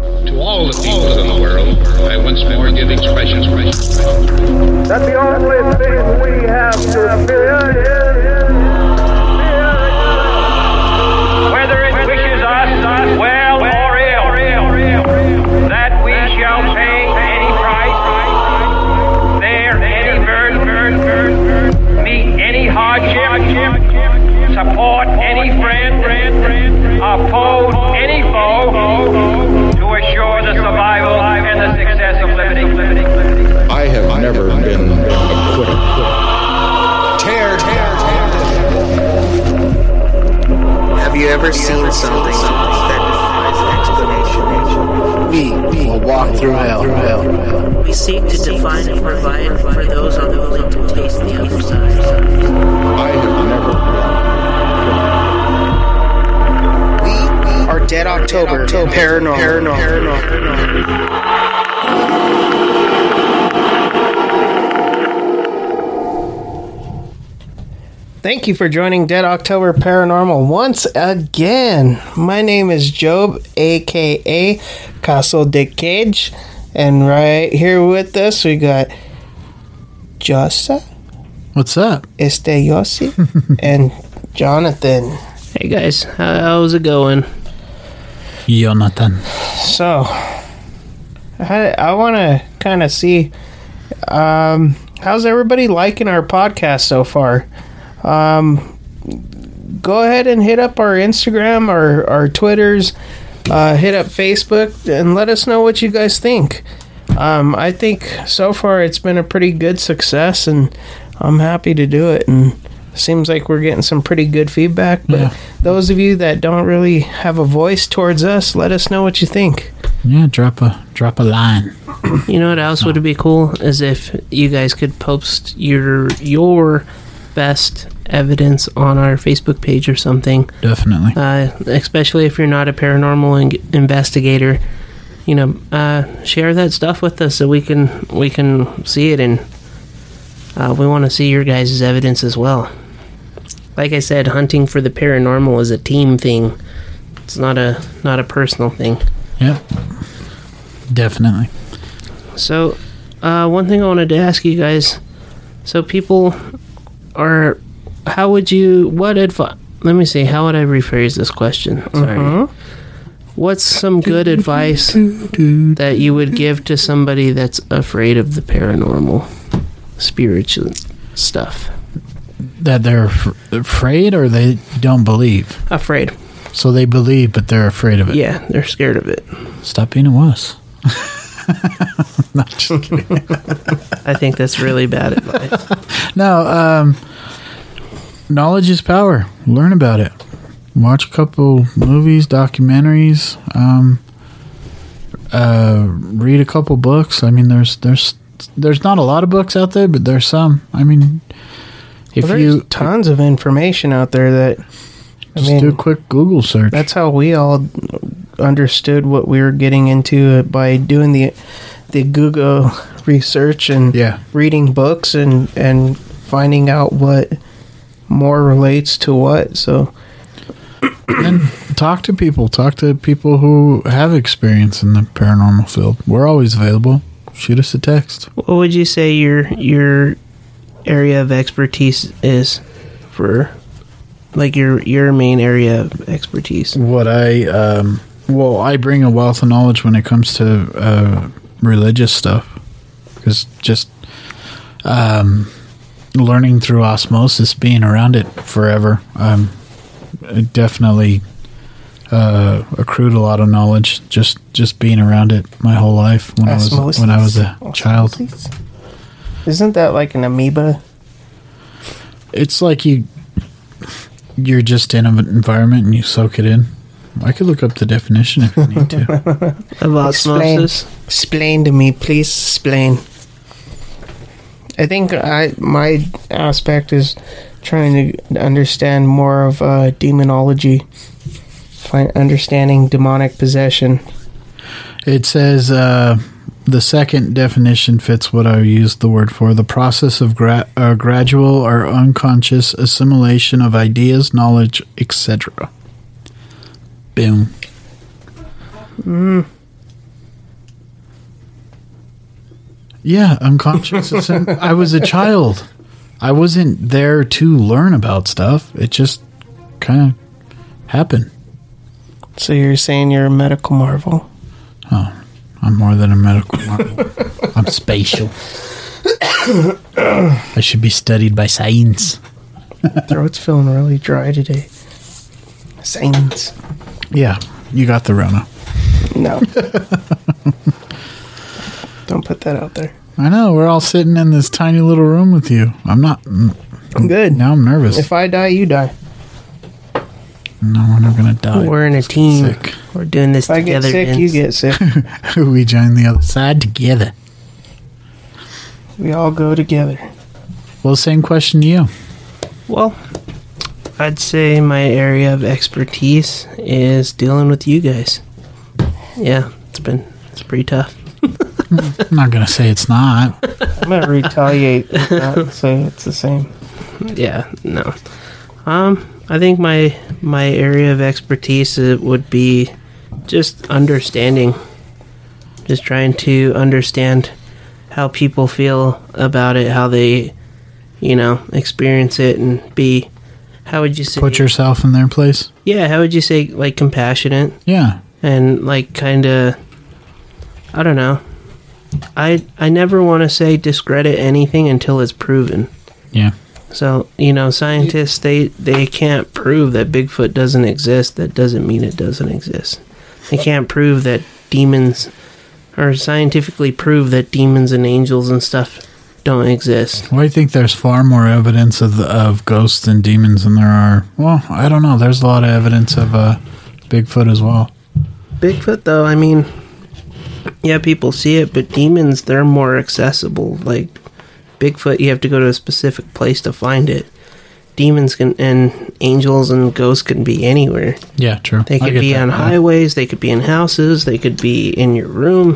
all the peoples in the world by once more give expression to That the only thing we have to fear is fear. Whether it wishes us well or ill, that we shall pay any price, bear any burden, meet any hardship, support any friend, oppose any foe to assure the survival and the success of liberty. I have never been a quitter. Tear, tear, tear. Have you ever seen something that defies explanation? We will walk through hell. We seek to define and provide for those unwilling to taste the other side. I have never our Dead October, October. Paranormal. Paranormal. Paranormal. Paranormal. Thank you for joining Dead October Paranormal once again. My name is Job, aka Castle de Cage, and right here with us we got Jossa. What's up? Este Yossi and Jonathan. Hey guys, how's it going? Jonathan. So, I, I want to kind of see um, how's everybody liking our podcast so far. Um, go ahead and hit up our Instagram, our our Twitters, uh, hit up Facebook, and let us know what you guys think. Um, I think so far it's been a pretty good success, and I'm happy to do it. And seems like we're getting some pretty good feedback. But yeah. those of you that don't really have a voice towards us, let us know what you think. Yeah, drop a drop a line. you know what else no. would be cool is if you guys could post your your best evidence on our Facebook page or something. Definitely. Uh, especially if you're not a paranormal in- investigator. You know, uh, share that stuff with us so we can we can see it and uh, we want to see your guys' evidence as well like I said, hunting for the paranormal is a team thing. It's not a not a personal thing. Yep. Definitely. So, uh, one thing I wanted to ask you guys. So people are, how would you? What advice? Let me see. How would I rephrase this question? Sorry. Mm-hmm. What's some good advice that you would give to somebody that's afraid of the paranormal, spiritual stuff? that they're f- afraid or they don't believe? Afraid. So they believe, but they're afraid of it. Yeah, they're scared of it. Stop being a wuss. Not just I think that's really bad advice. no, um, knowledge is power. Learn about it. Watch a couple movies, documentaries. Um, uh, read a couple books. I mean, there's there's there's not a lot of books out there, but there's some. I mean, if well, there's you, tons of information out there that I just mean, do a quick Google search. That's how we all understood what we were getting into uh, by doing the the Google research and yeah. reading books and and finding out what more relates to what. So and talk to people. Talk to people who have experience in the paranormal field. We're always available. Shoot us a text. What would you say your your area of expertise is for like your your main area of expertise what i um well i bring a wealth of knowledge when it comes to uh religious stuff because just um learning through osmosis being around it forever um I definitely uh accrued a lot of knowledge just just being around it my whole life when osmosis. i was when i was a child osmosis. Isn't that like an amoeba? It's like you you're just in an environment and you soak it in. I could look up the definition if you need to. of osmosis. Explain, explain to me, please. Explain. I think I my aspect is trying to understand more of uh, demonology, find, understanding demonic possession. It says. Uh, the second definition fits what I used the word for the process of gra- uh, gradual or unconscious assimilation of ideas, knowledge, etc. Boom. Mm. Yeah, unconscious. It's in- I was a child. I wasn't there to learn about stuff. It just kind of happened. So you're saying you're a medical marvel? I'm more than a medical marvel. I'm spatial. I should be studied by science. Throat's feeling really dry today. Saints. Yeah, you got the Rona. No. Don't put that out there. I know. We're all sitting in this tiny little room with you. I'm not. mm, I'm good. Now I'm nervous. If I die, you die. no, we're not gonna die. We're in a team. Sick. We're doing this If I get together. sick, Vince. you get sick. we join the other side together. We all go together. Well, same question to you. Well, I'd say my area of expertise is dealing with you guys. Yeah, it's been it's pretty tough. I'm not gonna say it's not. I'm gonna retaliate with that and say it's the same. Yeah, no. Um, I think my my area of expertise uh, would be just understanding, just trying to understand how people feel about it, how they, you know, experience it, and be. How would you say? Put yourself in their place. yeah, how would you say like compassionate? Yeah. and like kind of i don't know i i never want to say discredit anything until it's proven Yeah. so you know scientists they they can't prove that bigfoot doesn't exist that doesn't mean it doesn't exist they can't prove that demons or scientifically prove that demons and angels and stuff don't exist Well, I think there's far more evidence of the, of ghosts and demons than there are. Well, I don't know. There's a lot of evidence of uh, Bigfoot as well. bigfoot though i mean yeah people see it but demons they're more accessible like Bigfoot, you have to go to a specific place to find it. Demons can and angels and ghosts can be anywhere. Yeah, true. They could be Uh-huh. on highways, they could be in houses, they could be in your room,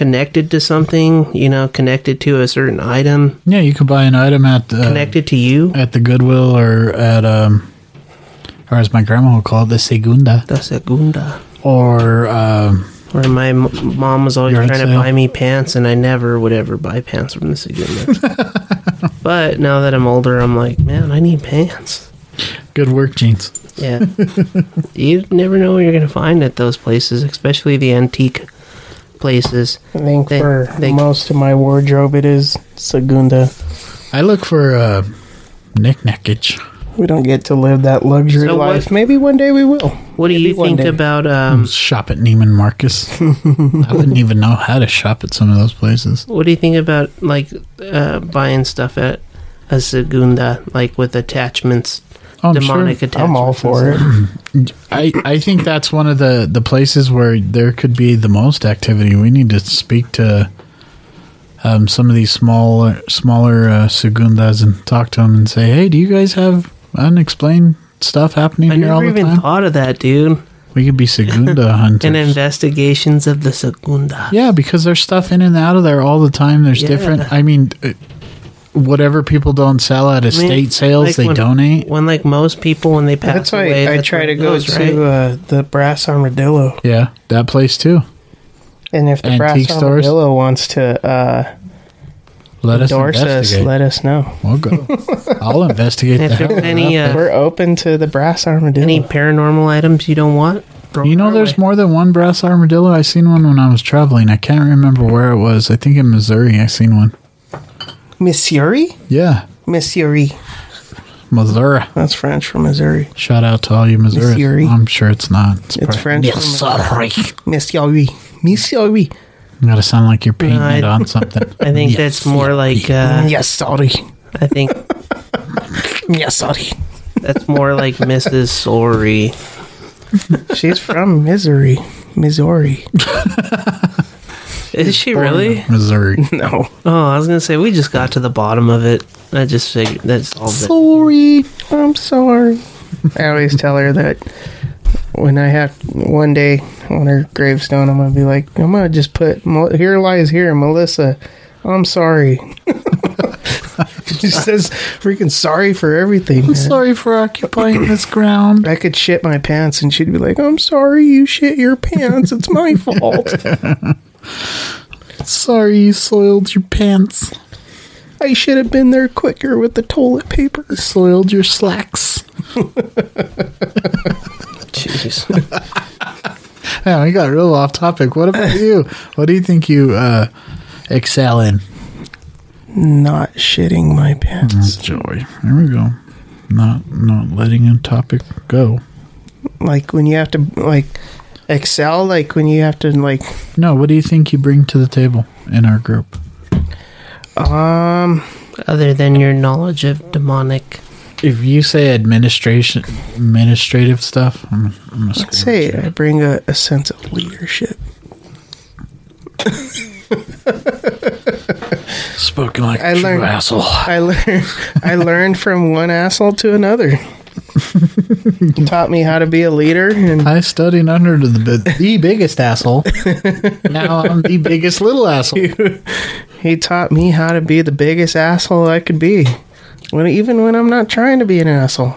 connected to something, you know, connected to a certain item, Yeah, you could buy an item at uh, connected to you. at the Goodwill or at um, or as my grandma would call it, the Segunda, The segunda. or um, Where my m- mom was always Yard trying to sale. buy me pants, and I never would ever buy pants from the segunda. but now that I'm older, I'm like, man, I need pants. good work jeans. Yeah. you never know what you're going to find at those places, especially the antique places. I think They- for they- most of my wardrobe, it is Segunda. I look for uh, knickknackage. We don't get to live that luxury So what- life. Maybe one day we will. What do Maybe you one think day. about um Shop at Neiman Marcus. I wouldn't even know how to shop at some of those places. what do you think about like uh buying stuff at a segunda like with attachments, Oh, I'm sure. demonic attachments? I'm all for it. I, I think that's one of the, the places where there could be the most activity. We need to speak to um, some of these smaller smaller uh, segundas and talk to them and say, hey, do you guys have unexplained stuff happening I here all never the even time? thought of that, dude. we could be segunda hunters. And investigations of the segunda. yeah, because there's stuff in and out of there all the time. There's Yeah. different. I mean, uh, whatever people don't sell at I mean, estate sales, like they when- donate. When like most people when they pass That's why away, I that's try where to it go goes, to right? uh, the Brass Armadillo. Yeah, that place too. And if the Antique Brass stores? Armadillo wants to uh, Let us endorse us, investigate. let us know. we'll go. I'll investigate And the if hell there's any uh, We're open to the Brass Armadillo. any paranormal items you don't want? throw You them know, our there's way. more than one brass armadillo. I seen one when I was traveling. I can't remember where it was. I think in Missouri. I seen one. Missouri? Yeah, Missouri. Missouri. That's French for Missouri. Shout out to all you Missouri. Missouri. I'm sure it's not. It's, It's probably- French for Missouri. Missouri. Missouri. You gotta sound like you're painting I- it on something. I think that's more like uh, Mm, Yes, sorry. Mm, I think Yes, sorry. that's more like Mrs. Sorry. She's from Missouri. Missouri. Is she really? Missouri. No. Oh, I was gonna say we just got to the bottom of it. I just figured that's all. That, Sorry. I'm sorry. I always tell her that when I have one day on her gravestone, I'm going to be like, I'm going to just put, Mel- here lies here, Melissa. I'm sorry. she says, freaking sorry for everything. man. Sorry for occupying this ground. I could shit my pants and she'd be like, I'm sorry you shit your pants. It's my fault. Sorry you soiled your pants. I should have been there quicker with the toilet paper. Soiled your slacks. Jeez. Man, we got real off topic. What about you? What do you think you uh, excel in? Not shitting my pants. Joy. There we go. Not not letting a topic go. Like when you have to like excel, like when you have to like No, what do you think you bring to the table in our group? um Other than your knowledge of demonic. If you say administration, administrative stuff, I'm, I'm gonna I'd scream say at you. I bring a, a sense of leadership. spoken like I a true learned- asshole. I learned I learned from one asshole to another. Taught me how to be a leader and I studied under the bi- the biggest asshole. now I'm the biggest little asshole. he taught me how to be the biggest asshole I could be. When even when I'm not trying to be an asshole.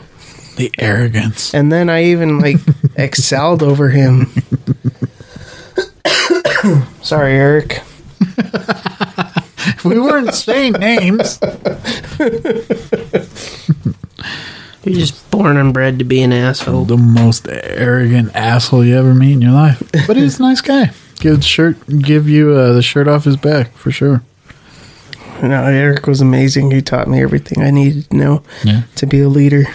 The arrogance. And then I even like excelled over him. Sorry, Eric. We weren't saying names. You're just born and bred to be an asshole. The most arrogant asshole you ever meet in your life. But he's a nice guy. Give shirt, give you uh, the shirt off his back for sure. No, Eric was amazing. He taught me everything I needed to know Yeah. to be a leader.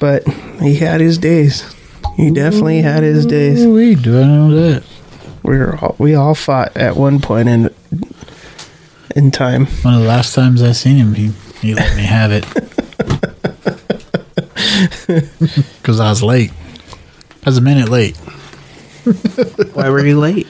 But he had his days. He definitely had his days. We do I know that? We were all, we all fought at one point in in time. One of the last times I seen him, he he let me have it because I was late. I was a minute late. Why were you late?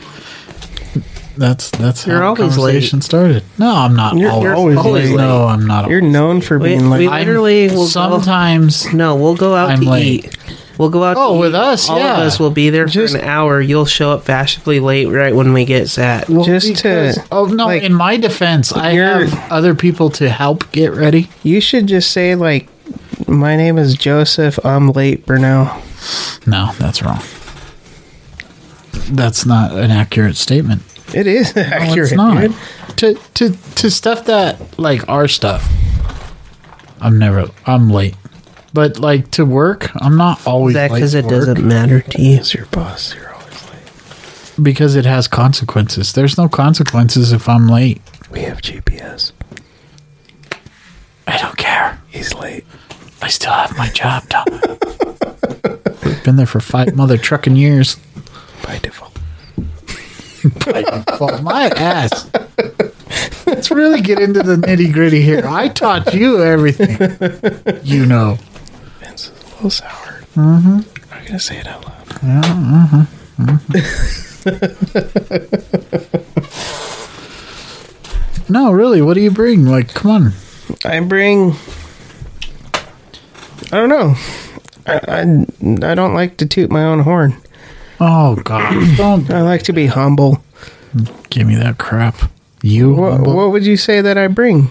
That's that's You're how the always late. conversation started. No, I'm not You're- always, you're always always late. No, I'm not. You're known for We, being like we literally will go. sometimes No, we'll go out I'm to late. eat. We'll go out. Oh, to with eat. us, all yeah. of us will be there Just- for an hour. You'll show up fashionably late, right when we get sat. well, just to- because- Oh no! like, in my defense, I you're- have other people to help get ready. you should just say like my name is Joseph. I'm late, Bruno. No, that's wrong. That's not an accurate statement. It is No, accurate. it's not. dude. To to to stuff that like our stuff. I'm never. I'm late, but like to work, I'm not always Is that late because it to work doesn't matter to you? It's your boss. You're always late. because it has consequences. There's no consequences if I'm late. We have GPS. I don't care. He's late. I still have my job, Tom. I've been there for five mother trucking years. By default. Well, my ass. Let's really get into the nitty gritty here. I taught you everything. You know. Vince is a little sour. Mm-hmm. I'm not gonna say it out loud. No, really. What do you bring? Like, come on. I bring. I don't know. I, I I don't like to toot my own horn. Oh God! Don't I like to be humble. give me that crap. You What, humble- what would you say that I bring?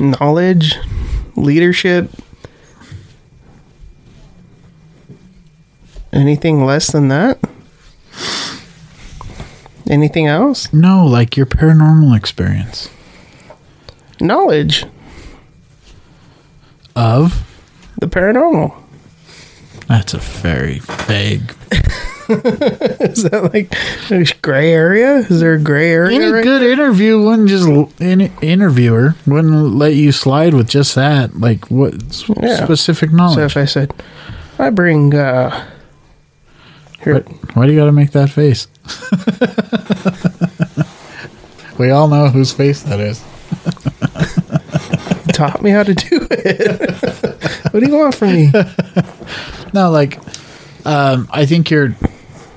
Knowledge, leadership. Anything less than that? Anything else? no, like your paranormal experience Knowledge, of. the paranormal. That's a very vague. Is that like a gray area? Is there a gray area? Any right- good interview wouldn't just l- any interviewer wouldn't let you slide with just that. Like what s- Yeah. specific So knowledge? if I said, I bring uh, here, But why do you got to make that face? we all know whose face that is. taught me how to do it. what do you want from me? No, like um, I think your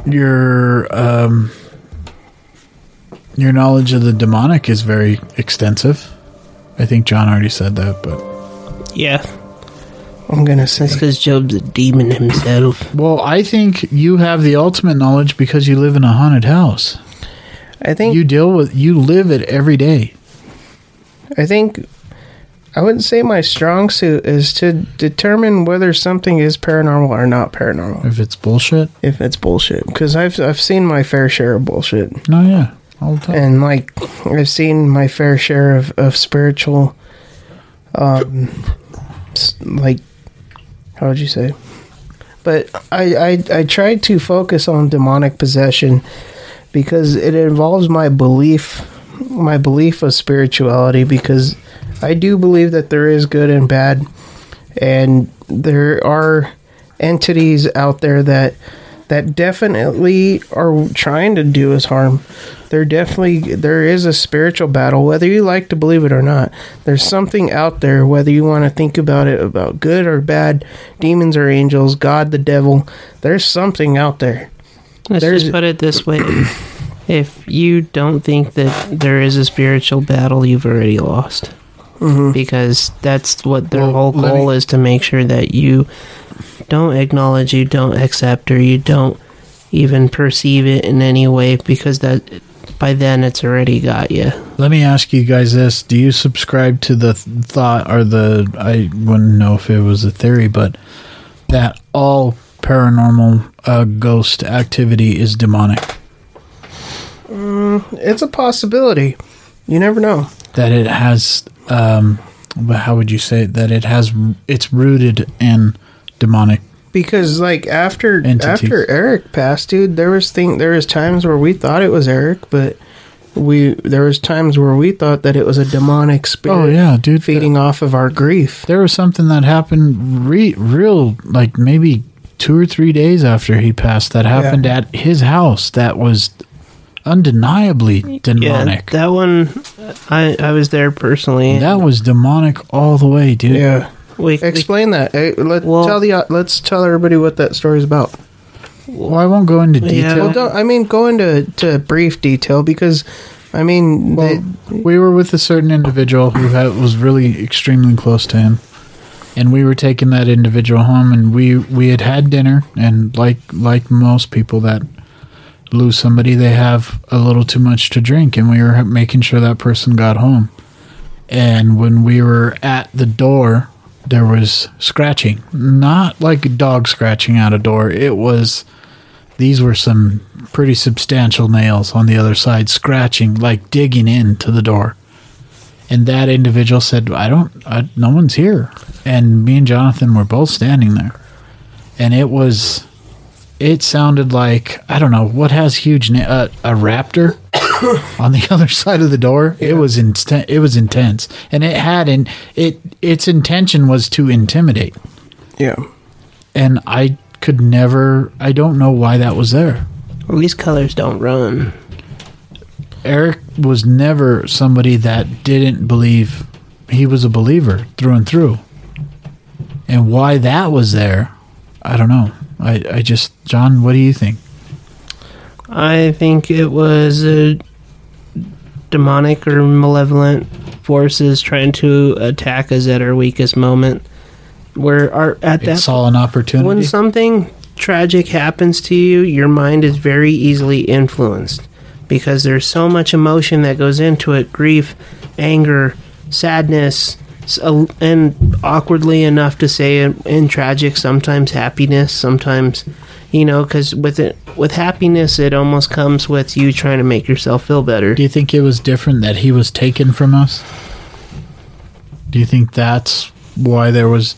your um, your knowledge of the demonic is very extensive. I think John already said that, but Yeah, I'm gonna say that's because Job's a demon himself. well, I think you have the ultimate knowledge because you live in a haunted house. I think You deal with you live it every day. I think I wouldn't say my strong suit is to determine whether something is paranormal or not paranormal. If it's bullshit, If it's bullshit, because I've I've seen my fair share of bullshit, no, yeah, all the time. and like I've seen my fair share of of spiritual, um, s- like how would you say? But I I I try to focus on demonic possession because it involves my belief my belief of spirituality because I do believe that there is good and bad and there are entities out there that that definitely are trying to do us harm. There definitely there is a spiritual battle whether you like to believe it or not. There's something out there whether you want to think about it about good or bad, demons or angels, god the devil, there's something out there. Let's There's- just put it this way. if you don't think that there is a spiritual battle, you've already lost. Because that's what their Mm-hmm. Well, whole let goal me- is to make sure that you don't acknowledge, you don't accept, or you don't even perceive it in any way because that by then it's already got you. Let me ask you guys this: Do you subscribe to the th- thought or the I wouldn't know if it was a theory, but that all paranormal uh, ghost activity is demonic? It's a possibility. You never know. That it has, um, well, how would you say it? that it has? It's rooted in demonic. because like after Entities. after Eric passed, dude, there was thing there was times where we thought it was Eric, but we there was times where we thought that it was a demonic spirit. Oh yeah, dude. feeding off of our grief. there was something that happened re- real like maybe two or three days after he passed that happened at his house that was undeniably demonic that one, I I was there personally. that was demonic all the way dude Yeah, we, we explain that. Eh, let Well- tell the let's tell everybody what that story's about. well i won't go into Yeah. detail Well, don't, I mean, go into to brief detail because, I mean, Well, they, we were with a certain individual who had, was really extremely close to him, and we were taking that individual home, and we we had had dinner, and like like most people that lose somebody, they have a little too much to drink, and we were making sure that person got home, and when we were at the door, there was scratching, not like a dog scratching at a door. It was these were some pretty substantial nails on the other side scratching like digging into the door and that individual said i don't I, no one's here and me and jonathan were both standing there and it was it sounded like i don't know what has huge na- uh, a raptor on the other side of the door it was inten- it was intense and it had and it its intention was to intimidate yeah, and i could never i don't know why that was there these colors don't run. Eric was never somebody that didn't believe he was a believer through and through. And why that was there, I don't know. I, I just John, what do you think? I think it was a demonic or malevolent forces trying to attack us at our weakest moment. Where are at It that saw an when opportunity. something tragic happens to you, your mind is very easily influenced because there's so much emotion that goes into it grief, anger, sadness, s- a- and awkwardly enough to say in, in tragic, sometimes happiness, sometimes, you know, because with it, with happiness, it almost comes with you trying to make yourself feel better. do you think it was different that he was taken from us? Do you think that's why there was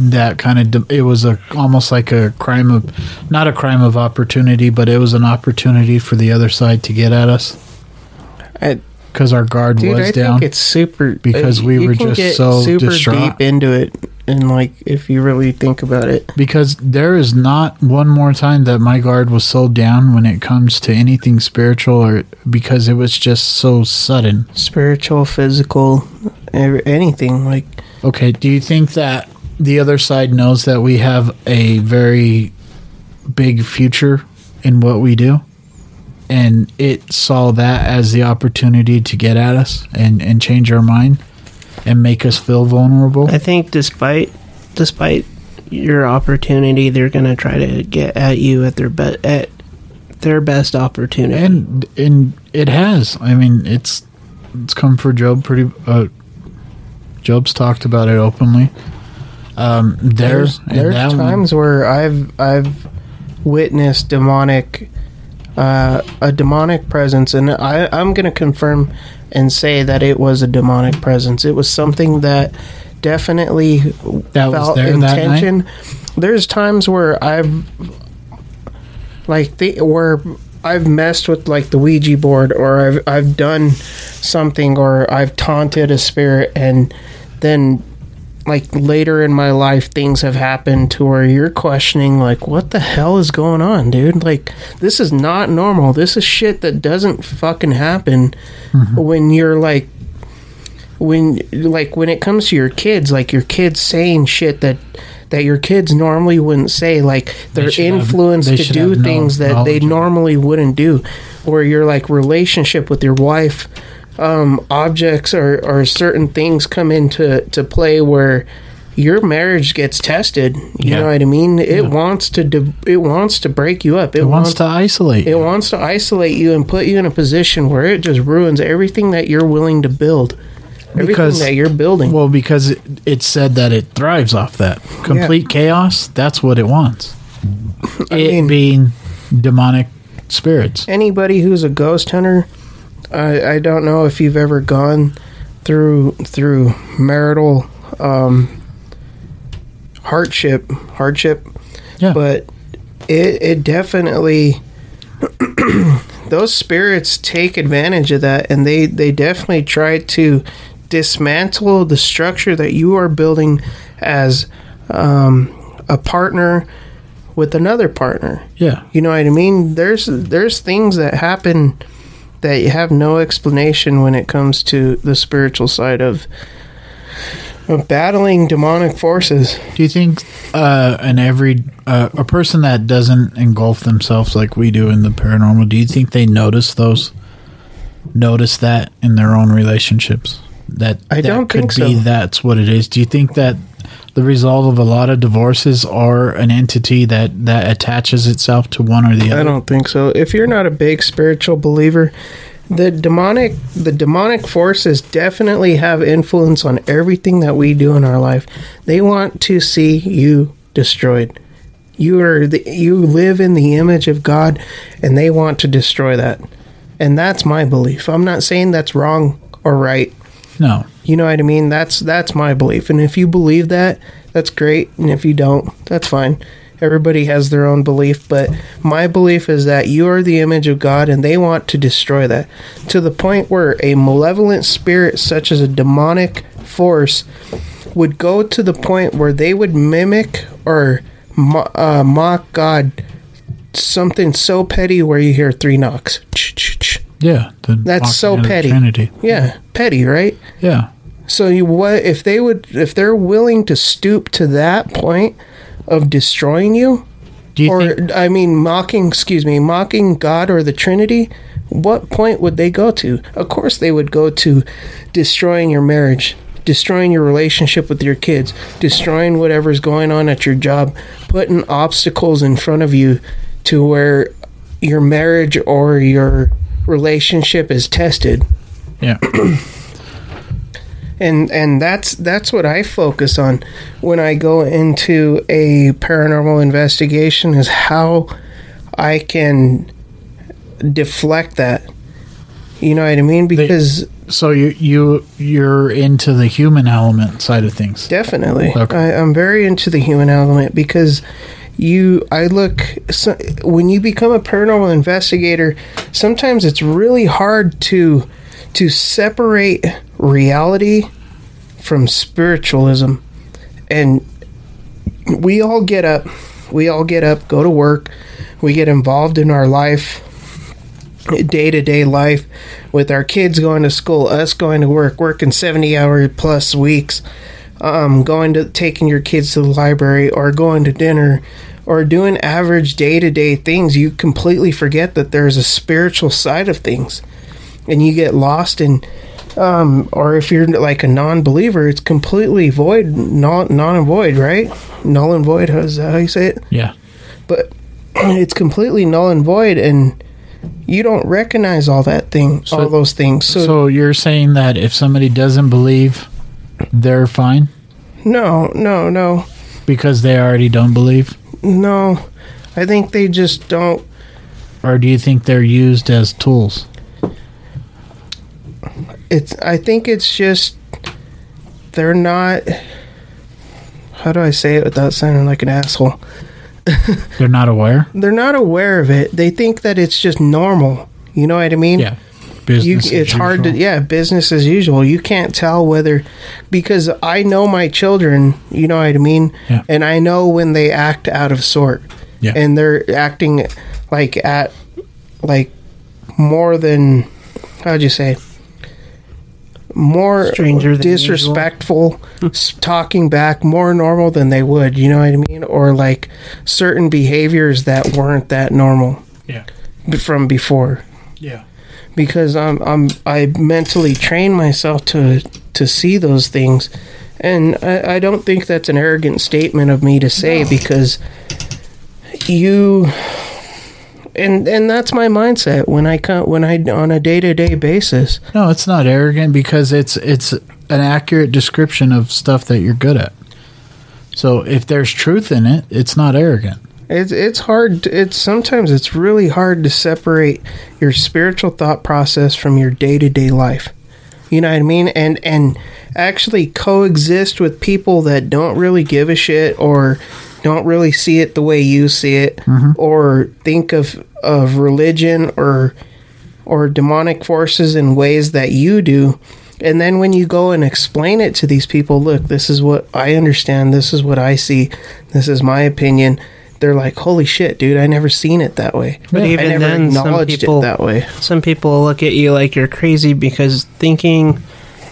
that kind of de- it was a almost like a crime of not a crime of opportunity, but it was an opportunity for the other side to get at us I, because our guard dude, was I down. think it's super uh, because we you were can just get so distraught. deep into it, and like if you really think about it, because there is not one more time that my guard was so down when it comes to anything spiritual or because it was just so sudden. spiritual, physical, ev- anything like. Okay, do you think that the other side knows that we have a very big future in what we do? And it saw that as the opportunity to get at us and, and change our mind and make us feel vulnerable. I think despite despite your opportunity, they're gonna try to get at you at their be- at their best opportunity. and and it has. I mean, it's it's come for Job pretty uh, Job's talked about it openly. Um, there's There's there's times where I've I've witnessed demonic uh, a demonic presence, and I I'm gonna confirm and say that it was a demonic presence. It was something that definitely That was there that night? There's times where I've like the where I've messed with like the Ouija board or I've I've done something or I've taunted a spirit and then like later in my life things have happened to where you're questioning like what the hell is going on dude like this is not normal this is shit that doesn't fucking happen Mm-hmm. when you're like when like when it comes to your kids like your kids saying shit that that your kids normally wouldn't say like they're should have- influenced they to should do have no things that knowledge they of it. normally wouldn't do or your like relationship with your wife um, objects or, or certain things come into to play where your marriage gets tested you Yeah. know what i mean it wants to de- it wants to break you up it, it wants to isolate. it wants to isolate you and put you in a position where it just ruins everything that you're willing to build everything Because- that you're building well, because it, it said that it thrives off that complete chaos. That's what it wants. It mean- being demonic spirits. anybody who's a ghost hunter, I, I don't know if you've ever gone through through marital um, hardship hardship, Yeah, but it it definitely those spirits take advantage of that, and they they definitely try to dismantle the structure that you are building as um, a partner with another partner. yeah, You know what I mean? There's there's things that happen that you have no explanation when it comes to the spiritual side of of battling demonic forces. Do you think uh, an every uh, a person that doesn't engulf themselves like we do in the paranormal? Do you think they notice those? Notice that in their own relationships. That I that don't could think be so. that's what it is. Do you think that the result of a lot of divorces are an entity that that attaches itself to one or the I other? don't think so. If you're not a big spiritual believer, the demonic the demonic forces definitely have influence on everything that we do in our life. They want to see you destroyed. You are the, you live in the image of God and they want to destroy that. And that's my belief. I'm not saying that's wrong or right. No. You know what I mean? That's that's my belief. And if you believe that, that's great. And if you don't, that's fine. Everybody has their own belief, but my belief is that you are the image of God and they want to destroy that to the point where a malevolent spirit such as a demonic force would go to the point where they would mimic or mo- uh, mock God something so petty where you hear three knocks. Ch-ch-ch. Yeah. the That's Mockingjay so of the petty. Trinity. Yeah, petty, right? Yeah. So you what if they would if they're willing to stoop to that point of destroying you Do you or think I mean mocking excuse me mocking God or the Trinity what point would they go to of course they would go to destroying your marriage destroying your relationship with your kids destroying whatever's going on at your job putting obstacles in front of you to where your marriage or your relationship is tested Yeah. and and that's that's what I focus on when I go into a paranormal investigation is how I can deflect that. You know what I mean? Because So you you you're into the human element side of things. definitely, Okay. I, I'm very into the human element because you I look so, when you become a paranormal investigator, sometimes it's really hard to to separate reality from spiritualism. and we all get up we all get up go to work we get involved in our life day-to-day life with our kids going to school us going to work working 70 hour plus weeks um, going to taking your kids to the library or going to dinner or doing average day-to-day things you completely forget that there's a spiritual side of things and you get lost in um, or if you're like a non-believer, it's completely void, non non and void, right? Null and void. How is that how you say it? Yeah. But it's completely null and void, and you don't recognize all that thing, all those things. So, So you're saying that if somebody doesn't believe they're fine No, no, no, because they already don't believe, no. I think they just don't. or do you think they're used as tools? It's. I think it's just they're not. How do I say it without sounding like an asshole? They're not aware. They're not aware of it. They think that it's just normal. You know what I mean? business. you, as it's hard to usual. yeah business as usual you can't tell whether because i know my children you know what i mean Yeah. and i know when they act out of sort Yeah. and they're acting like at like more than how'd you say more Stranger than disrespectful s talking back more normal than they would you know what i mean or like certain behaviors that weren't that normal yeah, b- from before yeah. because I'm I'm I mentally train myself to to see those things, and I, I don't think that's an arrogant statement of me to say because you and and that's my mindset when I come when I on a day to day basis. No, it's not arrogant because it's it's an accurate description of stuff that you're good at. So if there's truth in it, it's not arrogant. It's it's hard. to- It's sometimes it's really hard to separate your spiritual thought process from your day to day life. You know what I mean? And and actually coexist with people that don't really give a shit or don't really see it the way you see it or think of of religion or or demonic forces in ways that you do. And then when you go and explain it to these people, look, this is what I understand, this is what I see, this is my opinion. They're like, holy shit, dude! I never seen it that way. But even I never then, some acknowledged people- it that way. Some people look at you like you're crazy because thinking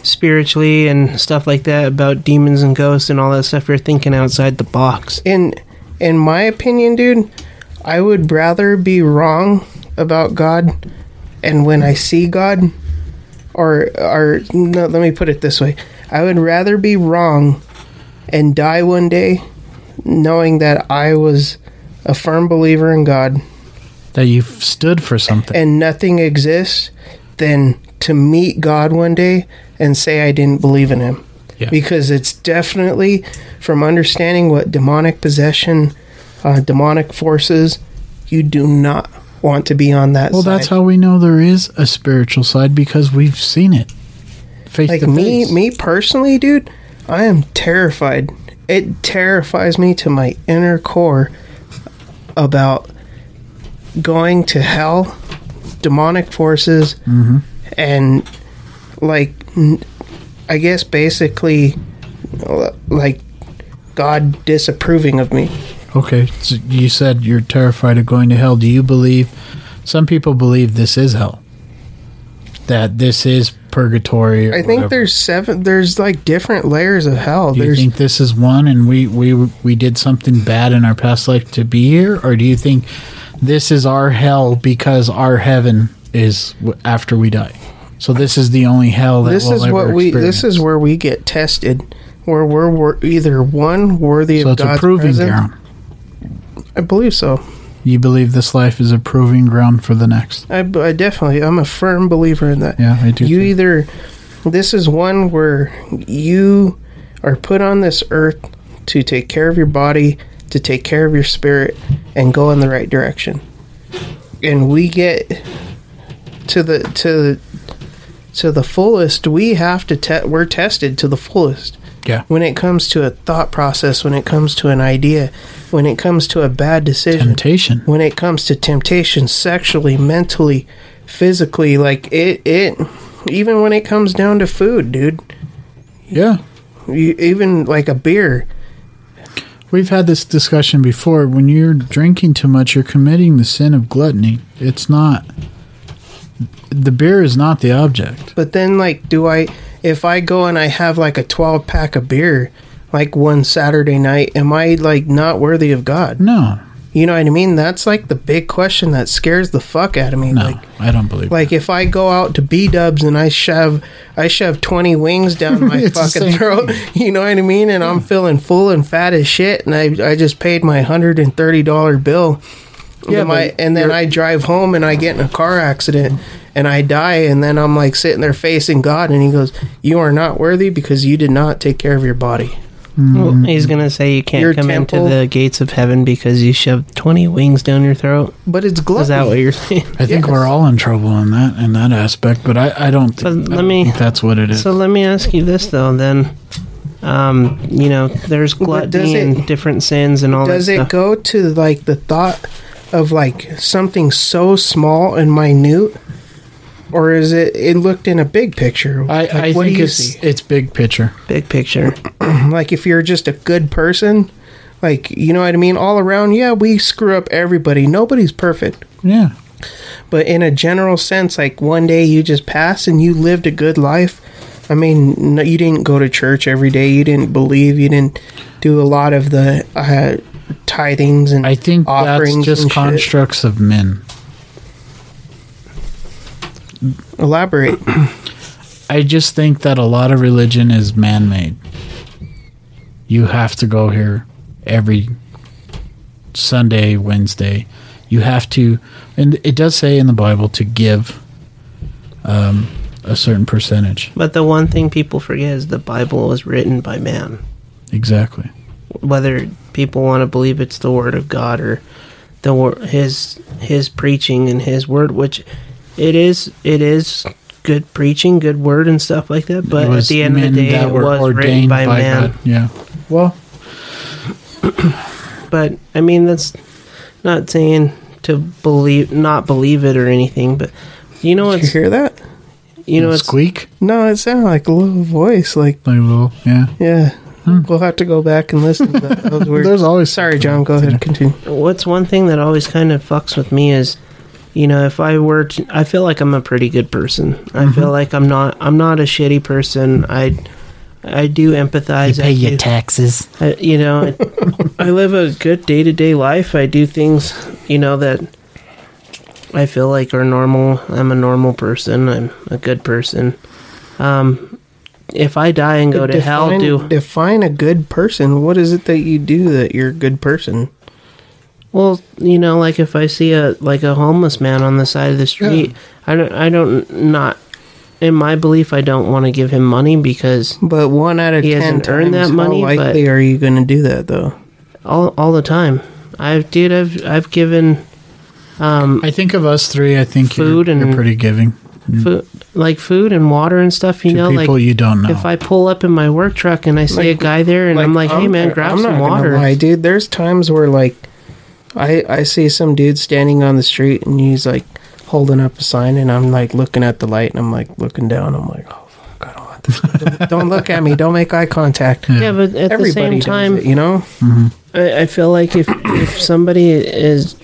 spiritually and stuff like that about demons and ghosts and all that stuff, you're thinking outside the box. in in my opinion, dude, I would rather be wrong about God and when I see God or or no, let me put it this way. I would rather be wrong and die one day knowing that I was a firm believer in God That you've stood for something. and nothing exists than to meet God one day and say I didn't believe in him. Yeah. Because it's definitely from understanding what demonic possession, uh, demonic forces, you do not want to be on that well, side. that's how we know there is a spiritual side because we've seen it. Face like to me face. me personally dude i am terrified it terrifies me to my inner core about going to hell demonic forces Mm-hmm. and like n- i guess basically l- like god disapproving of me Okay, so you said you're terrified of going to hell. Do you believe? Some people believe this is hell. That this is purgatory. Or i think whatever. there's seven there's like different layers of hell Do you there's think this is one, and we we we did something bad in our past life to be here, or do you think this is our hell because our heaven is w- after we die? So this is the only hell that this we'll is ever what we experience. this is where we get tested where we're, wor- either one worthy so of it's God's a proving presence. ground. I believe so. You believe this life is a proving ground for the next. I, I definitely I'm a firm believer in that. Yeah, I do You too. either this is one where you are put on this earth to take care of your body, to take care of your spirit, and go in the right direction. And we get to the to to the fullest. We have to te- we're tested to the fullest. Yeah, when it comes to a thought process, when it comes to an idea, when it comes to a bad decision, Temptation. when it comes to temptation, sexually, mentally, physically, like it, it, even when it comes down to food, dude, yeah. you, even like a beer, We've had this discussion before. When you're drinking too much, you're committing the sin of gluttony. It's not. The beer is not the object. but then like, do I, if I go and I have like a 12 pack of beer, like one Saturday night, am I like not worthy of God? No, You know what I mean? That's like the big question that scares the fuck out of me. no, Like, I don't believe. Like if I go out to B Dubs and I shove I shove twenty wings down my It's the fucking same throat, you know what I mean? And I'm feeling full and fat as shit, and I I just paid my hundred and thirty dollar bill, Yeah, my, and then I drive home and I get in a car accident and I die and then I'm like sitting there facing God and he goes, "You are not worthy because you did not take care of your body." Well, he's gonna say you can't Mm-hmm. Your come temple- into the gates of heaven because you shoved twenty wings down your throat. But it's Is that what gluttony. you're saying? I think Yes. we're all in trouble in that in that aspect, but I, I don't think, But I let don't me- think that's what it is. So let me ask you this though, then. Um, you know, there's But does gluttony it- and different sins and all Does that it stuff. go to like the thought of like something so small and minute or is it it looked in a big picture? I, like, I think it's it's big picture. Big picture. like if you're just a good person like you know what i mean all around yeah we screw up everybody nobody's perfect Yeah. but in a general sense like one day you just pass and you lived a good life i mean no, you didn't go to church every day you didn't believe you didn't do a lot of the uh, tithings and I think that's just and shit. constructs of men. elaborate I just think that a lot of religion is man made. You have to go here every Sunday, Wednesday. You have to, and it does say in the Bible to give um, a certain percentage. But the one thing people forget is the Bible was written by man. Exactly. Whether people want to believe it's the word of God or the wor- his his preaching and his word, which it is it is good preaching, good word and stuff like that. It But at was the end of the men day, that it were was written ordained by, man. God. Yeah. Well, but I mean that's not saying to believe not believe it or anything, but you know Did you it's hear that you know it's squeak. no it sounded like a little voice like Like a little, yeah. yeah we'll have to go back and listen to that that was weird There's always sorry john go ahead continue what's one thing that always kind of fucks with me is you know if I were to, I feel like I'm a pretty good person. I feel like I'm not I'm not a shitty person. I I do empathize. I do- taxes. I, you know, I, I live a good day to day life. I do things, you know, that I feel like are normal. I'm a normal person. I'm a good person. Um, if I die and go to hell, Define- do define a good person. What is it that you do that you're a good person? well, you know, like if I see a like a homeless man on the side of the street, I don't, I don't not. In my belief, I don't want to give him money because But one out of He ten hasn't earned times, that money, How likely but- are you going to do that though? all all the time, I've dude, I've I've given I think of us three. I think Food you're, and- you're pretty giving food like food and water and stuff. You Mm. to know, people like you don't know. if I pull up in my work truck and I see a guy there and I'm like, hey man, grab I'm some not gonna water. lie, dude. There's times where like, I I see some dude standing on the street and he's like holding up a sign, and I'm like looking at the light, and I'm like looking down. I'm like, oh fuck, I don't want this. don't, don't look at me. Don't make eye contact. Yeah, but at the Everybody same time, does it, you know. I, I feel like if, if somebody is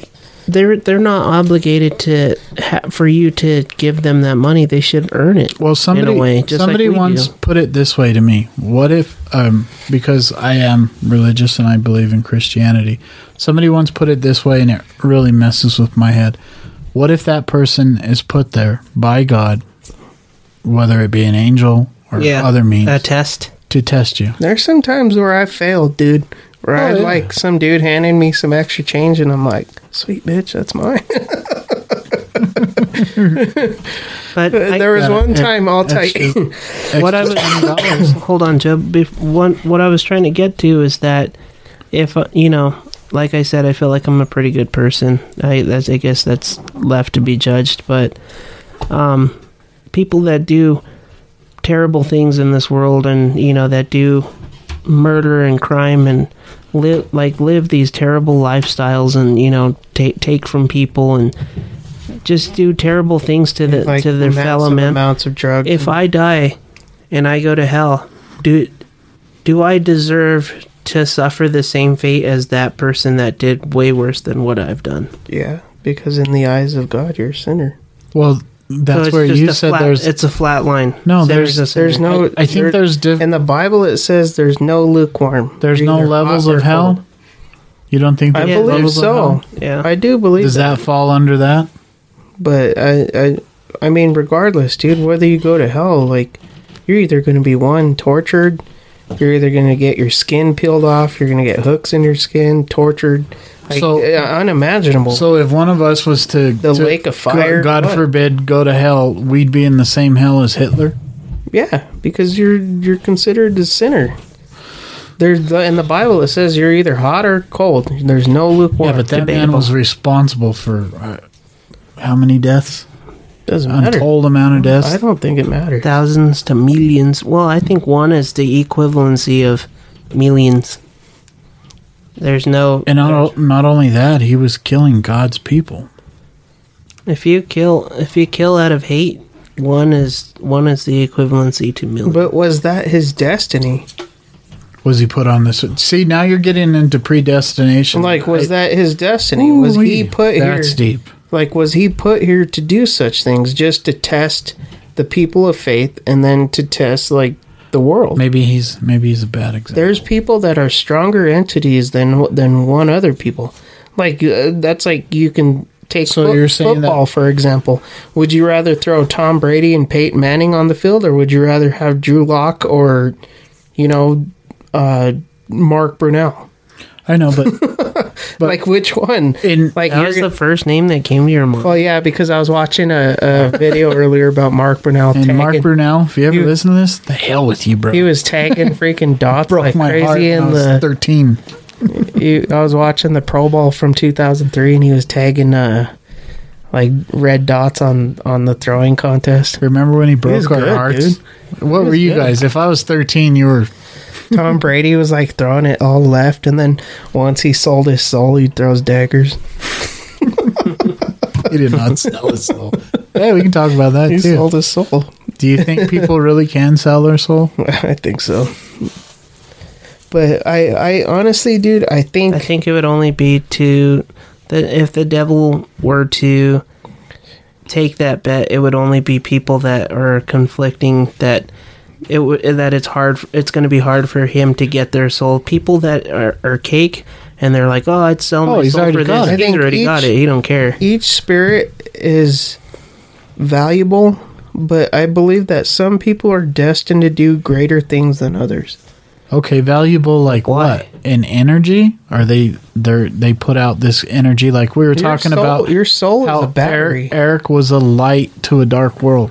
they're they're not obligated to ha- for you to give them that money. They should earn it. Well, somebody way, just like somebody we once do. put it this way to me: What if, um, because I am religious and I believe in Christianity, somebody once put it this way, and it really messes with my head. What if that person is put there by God, whether it be an angel or other means, a test. to test you? There's some times where I failed, dude. Where I Oh, yeah. like some dude handing me some extra change, and I'm like, "Sweet bitch, that's mine." But I- Uh, there was one time I'll tell That's you. what I Extra was hold on, Joe. Bef- one, what I was trying to get to is that if uh, you know, like I said, I feel like I'm a pretty good person. I that's I guess that's left to be judged, but um, people that do terrible things in this world, and you know that do murder and crime and live like live these terrible lifestyles, and you know take take from people and just do terrible things to the like to their massive fellow men amounts of drugs. Mm-hmm. if I die and I go to hell, do do I deserve to suffer the same fate as that person that did way worse than what I've done? yeah, because in the eyes of God, you're a sinner. well, So that's it's where just you a said flat, there's. it's a flat line. No, Sinner's there's- a sinner. There's no. I- I think there's diff- in the Bible it says there's no lukewarm. there's You're no either levels hot or of hell. cold. You don't think I there's believe levels of so. hell? Yeah. I do believe Does that fall under that? But I, I, I mean, regardless, dude, whether you go to hell, like, you're either going to be one tortured, you're either going to get your skin peeled off, you're going to get hooks in your skin, tortured. I Like, So- uh, unimaginable. So if one of us was to The to- lake of fire, God what? forbid, go to hell, we'd be in the same hell as Hitler. yeah, because you're you're considered a sinner. There's the, in the Bible it says you're either hot or cold. There's no lukewarm. Yeah, but that man was responsible for uh, how many deaths? doesn't matter. Untold amount of I deaths. don't think it matters. Thousands to millions. Well, I think one is the equivalency of millions. There's no. And not, not only that, he was killing God's people. If you kill, if you kill out of hate, one is one is the equivalency to millions. But was that his destiny? Was he put on this? See, now you're getting into predestination. Like, was that his destiny? was he Ooh-wee. put That's here? deep. Like, was he put here to do such things just to test the people of faith and then to test like the world? Maybe he's maybe he's a bad example. There's people that are stronger entities than than one other people. Like uh, that's like you can take So fo- you're saying football for example. Would you rather throw Tom Brady and Peyton Manning on the field, or would you rather have Drew Lock or you know uh, Mark Brunell? I know, but like which one? in Like that you're was gonna- the first name that came to your mind. well, yeah, because I was watching a, a video earlier about Mark Brunell. and tagging- Mark Brunell, if you ever You- listen to this, the hell with you, bro. He was tagging freaking dots broke like my heart. crazy When I in was the thirteen. you, I was watching the Pro Bowl from 2003, and he was tagging uh, like red dots on on the throwing contest. Remember when he was broke our good, hearts? What were you guys? If I was thirteen, you were Tom Brady was like throwing it all left, and then once he sold his soul, he throws daggers. He did not sell his soul. Hey, we can talk about that He too. sold his soul. Do you think people really can sell their soul? I think so. But I, I honestly, dude, I think I think it would only be to that if the devil were to take that bet, it would only be people that are conflicting that it would that it's hard it's going to be hard for him to get their soul. People that are, are cake and they're like, "Oh, it's selling Oh, my he's soul already for got this. it. I He's think already got each- it. He don't care." each spirit is valuable, but I believe that some people are destined to do greater things than others. Okay, valuable like Why? what? In energy? Are they they they put out this energy like we were talking your soul, about your soul is a battery. Eric, Eric was a light to a dark world.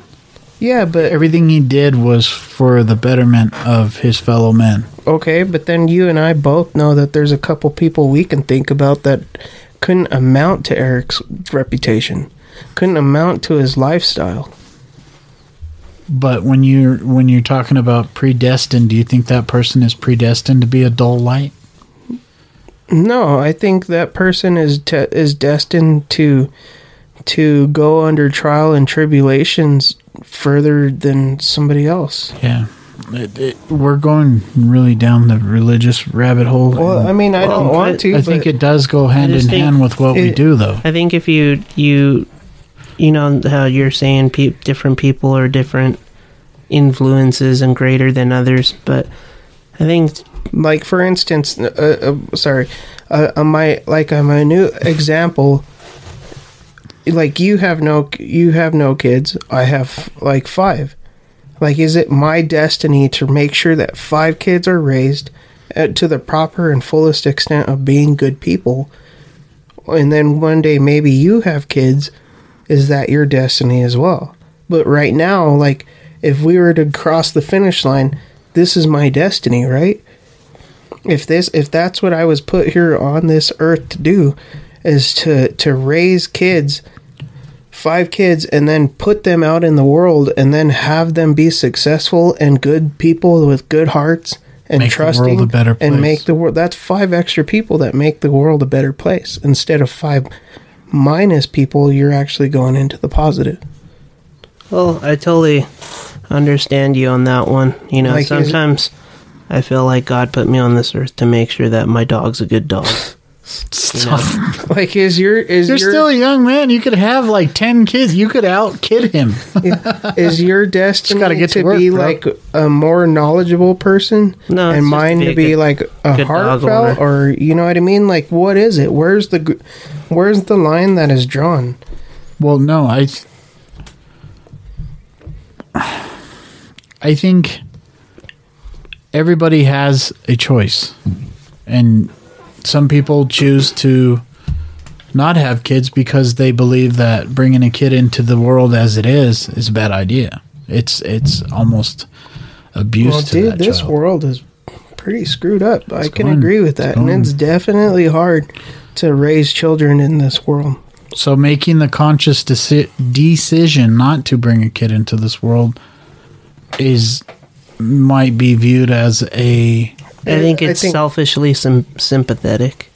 yeah, but Everything he did was for the betterment of his fellow men. okay, but then you and I both know that there's a couple people we can think about that couldn't amount to Eric's reputation, couldn't amount to his lifestyle. But when you're when you're talking about predestined, do you think that person is predestined to be a dull light? No, I think that person is te- is destined to to go under trial and tribulations further than somebody else. Yeah. It, it, we're going really down the religious rabbit hole. Well, and- I mean, I don't Well, want I- to. I but think it does go hand just in think hand with what we it- do, though. I think if you you you know how you're saying pe- different people are different influences and greater than others, but I think like for instance uh, uh, sorry uh, a my like a minute example like you have no you have no kids i have like five like is it my destiny to make sure that five kids are raised uh, to the proper and fullest extent of being good people and then one day maybe you have kids is that your destiny as well but right now like if we were to cross the finish line this is my destiny right if this if that's what i was put here on this earth to do is to to raise kids five kids and then put them out in the world and then have them be successful and good people with good hearts and Make the world trusting a better and place. make the world that's five extra people that make the world a better place instead of five minus people you're actually going into the positive Well, I totally understand you on that one. You know, Like, is- sometimes I feel like God put me on this earth to make sure that my dog's a good dog. Stop. like is your is You're your, still a young man. You could have like ten kids. You could out kid him. is your destiny gotta get to, to work, be bro. like a more knowledgeable person No, it's and just mine to be to a be good- like a good dog heartfelt or you know what i mean like what is it where's the gr- where's the line that is drawn well, no, I. I think everybody has a choice, and some people choose to not have kids because they believe that bringing a kid into the world as it is is a bad idea. It's it's almost abuse Well, to that dude, this child. world is pretty screwed up. I can going- agree it's with that, and going- it's definitely hard to raise children in this world. So making the conscious deci- decision not to bring a kid into this world is might be viewed as a I think I it's think- selfishly sim- sympathetic.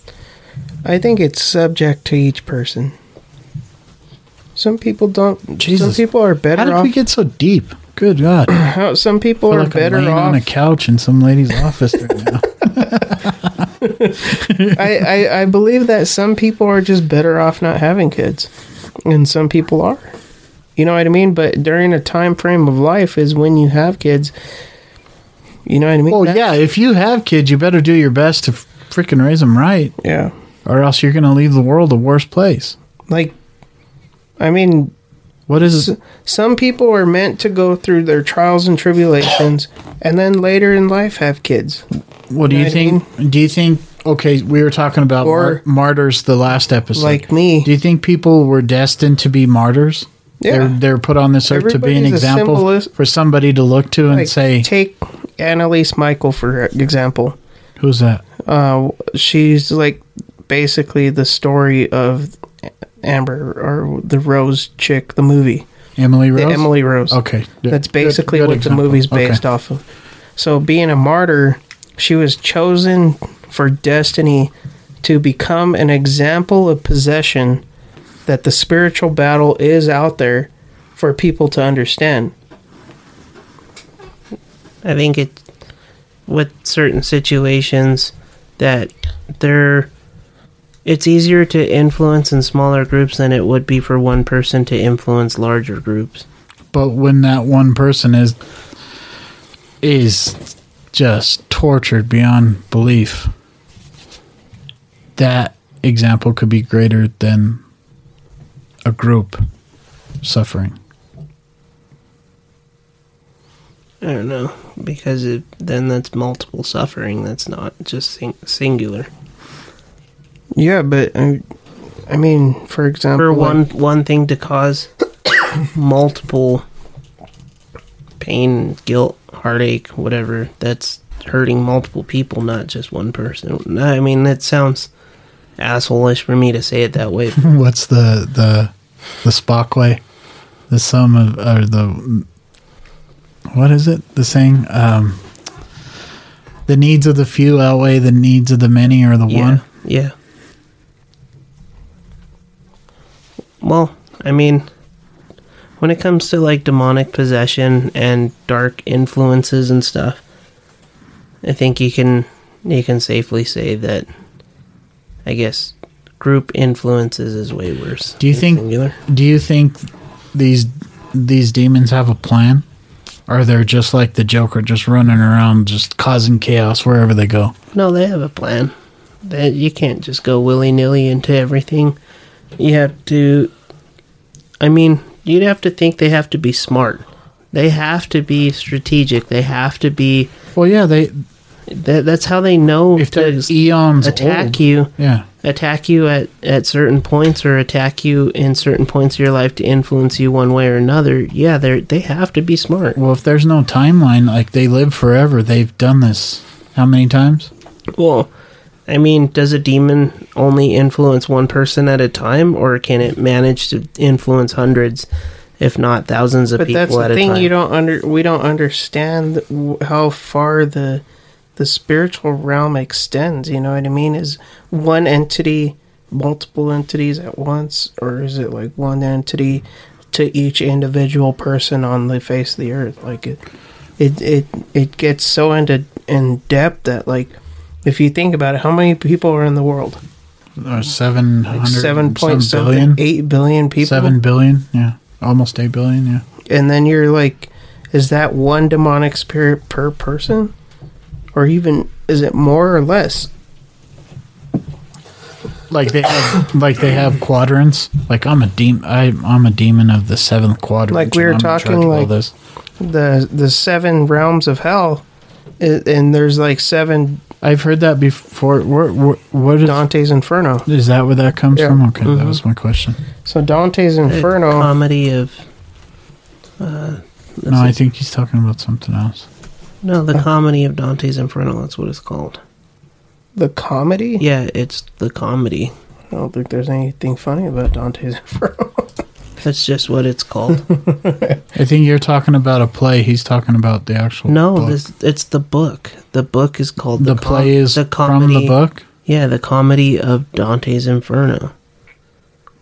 I think it's subject to each person. Some people don't. Jesus. Some people are better How did off. we get so deep? Good God! I how- some people feel are like I'm better laying off. on a couch in some lady's office right now. I, I, I believe that some people are just better off not having kids, and some people are. You know what I mean? But during a time frame of life is when you have kids. You know what I mean? Well, That- yeah. If you have kids, you better do your best to freaking raise them right, yeah. or else you're gonna leave the world a worse place. Like, I mean, What is some people are meant to go through their trials and tribulations, and then later in life have kids. What do you know what I think? Do you think? Okay, we were talking about Or- mar- martyrs the last episode. Like me. do you think people were destined to be martyrs? Yeah. they're, they're put on this earth to be an Everybody's a example symbolist. for somebody to look to and Like, say, take Annalise Michael for example. "Who's that?" uh, she's like basically the story of Amber or the Rose chick, the movie, Emily the Rose. Emily Rose. Okay, yeah, that's good- basically good what example. the movie's Okay. based off of. So, being a martyr, she was chosen for destiny to become an example of possession that the spiritual battle is out there for people to understand. I think it with certain situations that they're it's easier to influence in smaller groups than it would be for one person to influence larger groups. But when that one person is is just tortured beyond belief, that example could be greater than a group suffering. I don't know because it, then that's multiple suffering. That's not just sing- singular. Yeah, but I, I mean, for example, For like- one one thing to cause multiple pain, guilt, heartache, whatever. That's hurting multiple people, not just one person. I mean, that sounds assholeish for me to say it that way. What's the the the Spock way? The sum of or the what is it? The saying. Um, the needs of the few outweigh the needs of the many or the yeah, one. yeah. Well, I mean, when it comes to like demonic possession and dark influences and stuff, I think you can you can safely say that. I guess group influences is way worse. Do you than think? singular. Do you think these these demons have a plan? Or they're just like the Joker, just running around, just causing chaos wherever they go. No, they have a plan. That you can't just go willy nilly into everything. You have to. I mean, you'd have to think they have to be smart. They have to be strategic. They have to be. Well, yeah, they That, that's how they know if to they're eons attack old- you, Yeah, attack you at at certain points, or attack you in certain points of your life to influence you one way or another. Yeah, they they have to be smart. Well, if there's no timeline, like they live forever, they've done this how many times? Well, I mean, does a demon only influence one person at a time, or can it manage to influence hundreds, if not thousands of But people that's at the a thing time? you don't under we don't understand w- how far the the spiritual realm extends. You know what I mean? Is one entity multiple entities at once, or is it like one entity to each individual person on the face of the earth? Like it, it it it gets so into in depth that like if you think about it, how many people are in the world? Or seven hundred, Seven point some something, eight billion people. seven billion, yeah, almost eight billion, yeah. and then you're like, is that one demonic spirit per person, or even is it more or less? Like they have, like they have quadrants. Like I'm a demon. I'm a demon of the seventh quadrant. Like we were and I'm in talking, charge of all like- this. The the seven realms of hell it, and there's like seven I've heard that before. Where, where, what is, Dante's Inferno. is that? Where that comes Yeah. from? Okay, that was my question. So Dante's Inferno. um, comedy of no, I think he's talking about something else. no, the comedy of Dante's Inferno. That's what it's called. The comedy? Yeah, it's the comedy. I don't think there's anything funny about Dante's Inferno. That's just what it's called. I think you're talking about a play. He's talking about the actual. No, book. this it's the book. The book is called the, Com- play is from the book. Yeah, the comedy of Dante's Inferno.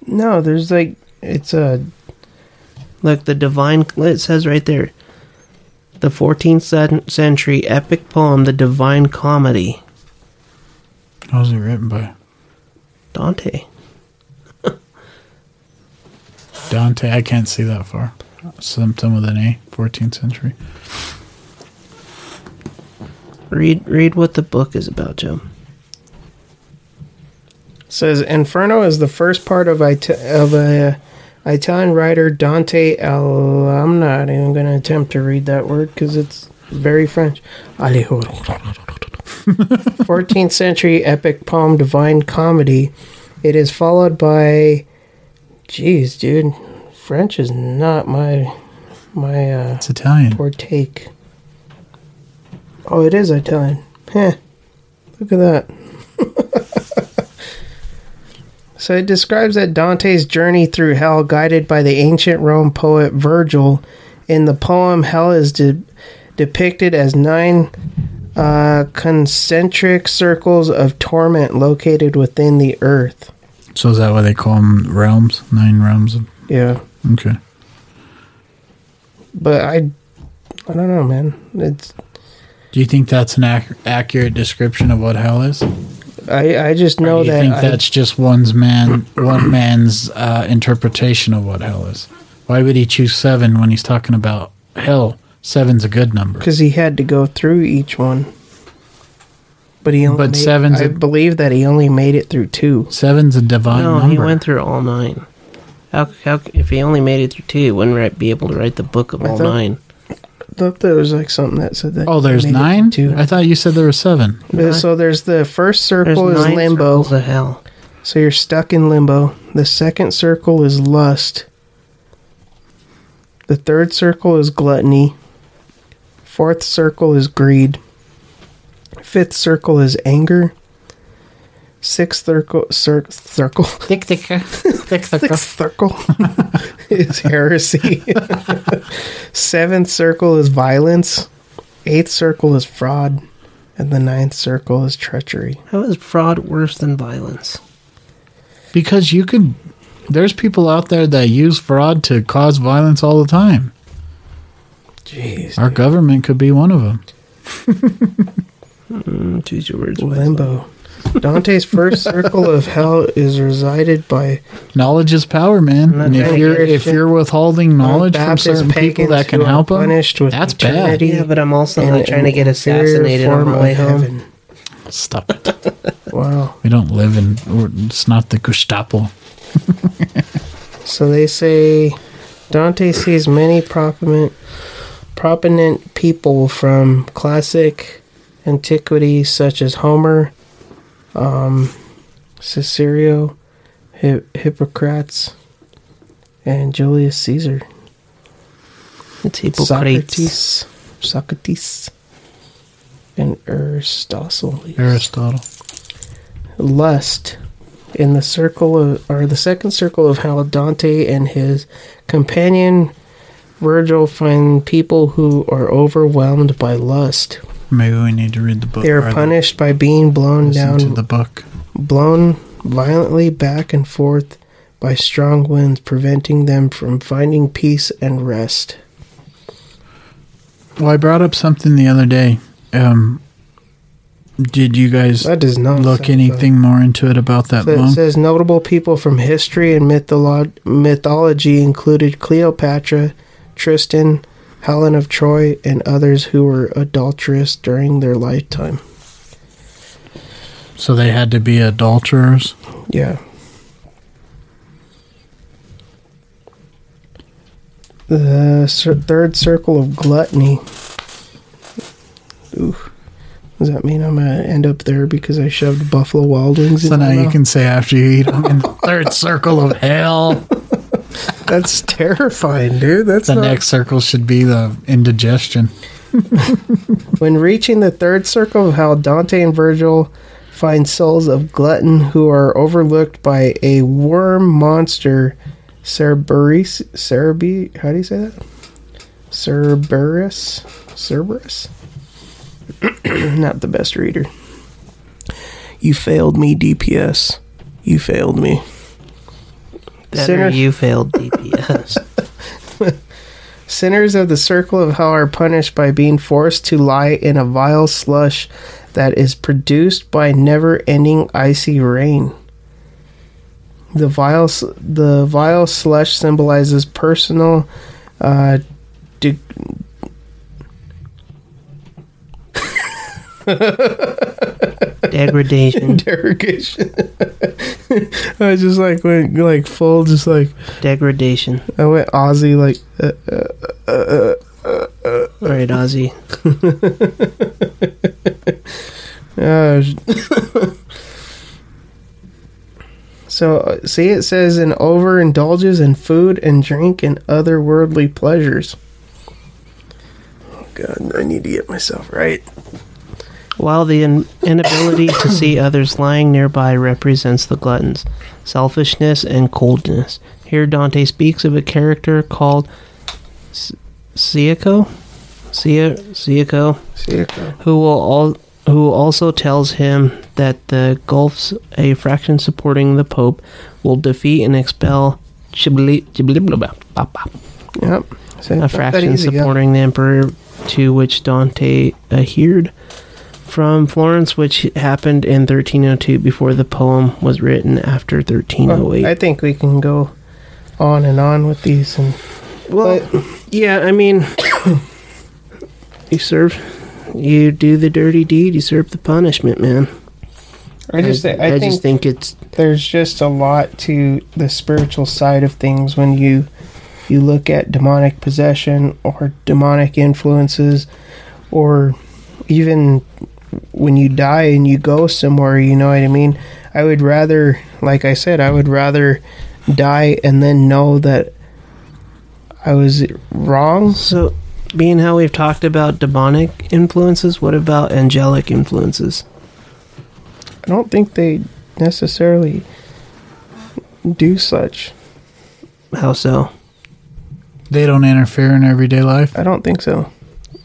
no, there's like it's a Look, the divine. It says right there, the 14th cen- century epic poem, the Divine Comedy, How was it written by Dante. Dante? I can't see that far. Something with an A, 14th century. Read read what the book is about, Joe. says Inferno is the first part of it- of a Italian writer Dante Al. I'm not even going to attempt to read that word because it's very French. Alejandro. 14th century epic poem Divine Comedy. It is followed by, jeez, dude, French is not my my uh, It's Italian. partake. Oh, it is Italian. Heh. Look at that. so it describes that Dante's journey through hell, guided by the ancient Rome poet Virgil. In the poem, hell is de- depicted as nine uh, concentric circles of torment located within the earth. So is that why they call them realms? Nine realms. Of, Yeah. okay. But I, I don't know, man. It's Do you think that's an ac- accurate description of what hell is? I, I just know Do you that think I- that's just one's man, one man's uh, interpretation of what hell is? Why would he choose seven when he's talking about hell? Seven's a good number. because he had to go through each one. But he only But made, seven's I a- believe that he only made it through two. Seven's a divine No, number. he went through all nine. How, how if he only made it through two, he wouldn't ri- be able to write the book of all thought- nine. I thought there was like something that said that. oh, there's he made it nine. through I thought you said there were seven. Two. So there's the first There's circle is nine limbo. circles of hell. So you're stuck in limbo. The second circle is lust. The third circle is gluttony. Fourth circle is greed. Fifth circle is anger. Sixth circle, cir- circle, Thick, thick, thick, thick. Sixth circle is heresy. Seventh circle is violence. Eighth circle is fraud. And the ninth circle is treachery. How is fraud worse than violence? Because you could. There's people out there that use fraud to cause violence all the time. Jeez. Our government could be one of them. Mm, choose your words. wisely. Limbo. Dante's first circle of hell is resided by Knowledge is power, man. not And if saying you're you're if Christian. you're withholding knowledge from Baptist certain people pagans that can who are help them, punished with that's eternity. Yeah, but I'm also and not trying to get assassinated on my way home. bad. Stop it. Wow. We don't live in. we're- It's not the Gestapo. So they say Dante sees many proponent, proponent people from classic antiquity, such as Homer, um, Cicero, Hi- Hippocrates, and Julius Caesar. It's Hippocrates. Socrates. Socrates. And Aristotle. Aristotle. lust in the circle of, or the second circle of how Dante and his companion Virgil find people who are overwhelmed by lust. Maybe we need to read the book. They or are the- punished by being blown Listen to down, the book. blown violently back and forth by strong winds, preventing them from finding peace and rest. Well, I brought up something the other day. Um, did you guys That does not look sound anything more into it about that So it monk? says notable people from history and mytholo- mythology included Cleopatra, Tristan, Helen of Troy, and others who were adulterous during their lifetime. So they had to be adulterers. Yeah. The cir- third circle of gluttony. Oof. Does that mean I'm gonna end up there because I shoved Buffalo Wild Wings? So in now my you mouth? can say after you eat them in the third circle of hell. That's terrifying, dude. That's The not- next circle should be the indigestion. When reaching the third circle of how Dante and Virgil find souls of glutton who are overlooked by a worm monster, Cerberus. Cerberus. How do you say that? Cerberus. Cerberus. Not the best reader. You failed me, DPS. You failed me. Better Sinner. you failed DPS. Sinners of the circle of hell are punished by being forced to lie in a vile slush that is produced by never-ending icy rain. The vile, s- the vile slush symbolizes personal uh, de- Degradation. derogation. I was just like went like full, just like Degradation. I went Aussie, like uh, All right, Ozzy. Uh, so, uh, see, it says, and overindulges in food and drink and other worldly pleasures. Oh, God, I need to get myself right. While the in- inability to see others lying nearby represents the gluttons, selfishness, and coldness. Here, Dante speaks of a character called Siako, Siako, See, who will all who also tells him that the Guelphs, a faction supporting the Pope, will defeat and expel Chibli- Chibliblababa, yep. So, a not that faction easy, yeah. supporting the emperor to which Dante adhered from Florence, which happened in 1302 before the poem was written after Oh, 1308. I think we can go on and on with these. And well, yeah, I mean, you serve, you do the dirty deed, you serve the punishment, man. I just, I, think, just think it's there's just a lot to the spiritual side of things when you you look at demonic possession or demonic influences or even when you die and you go somewhere you know what i mean i would rather like i said i would rather die and then know that i was wrong so. Being how we've talked about demonic influences, what about angelic influences? i don't think they necessarily do such How so? They don't interfere in everyday life. i don't think so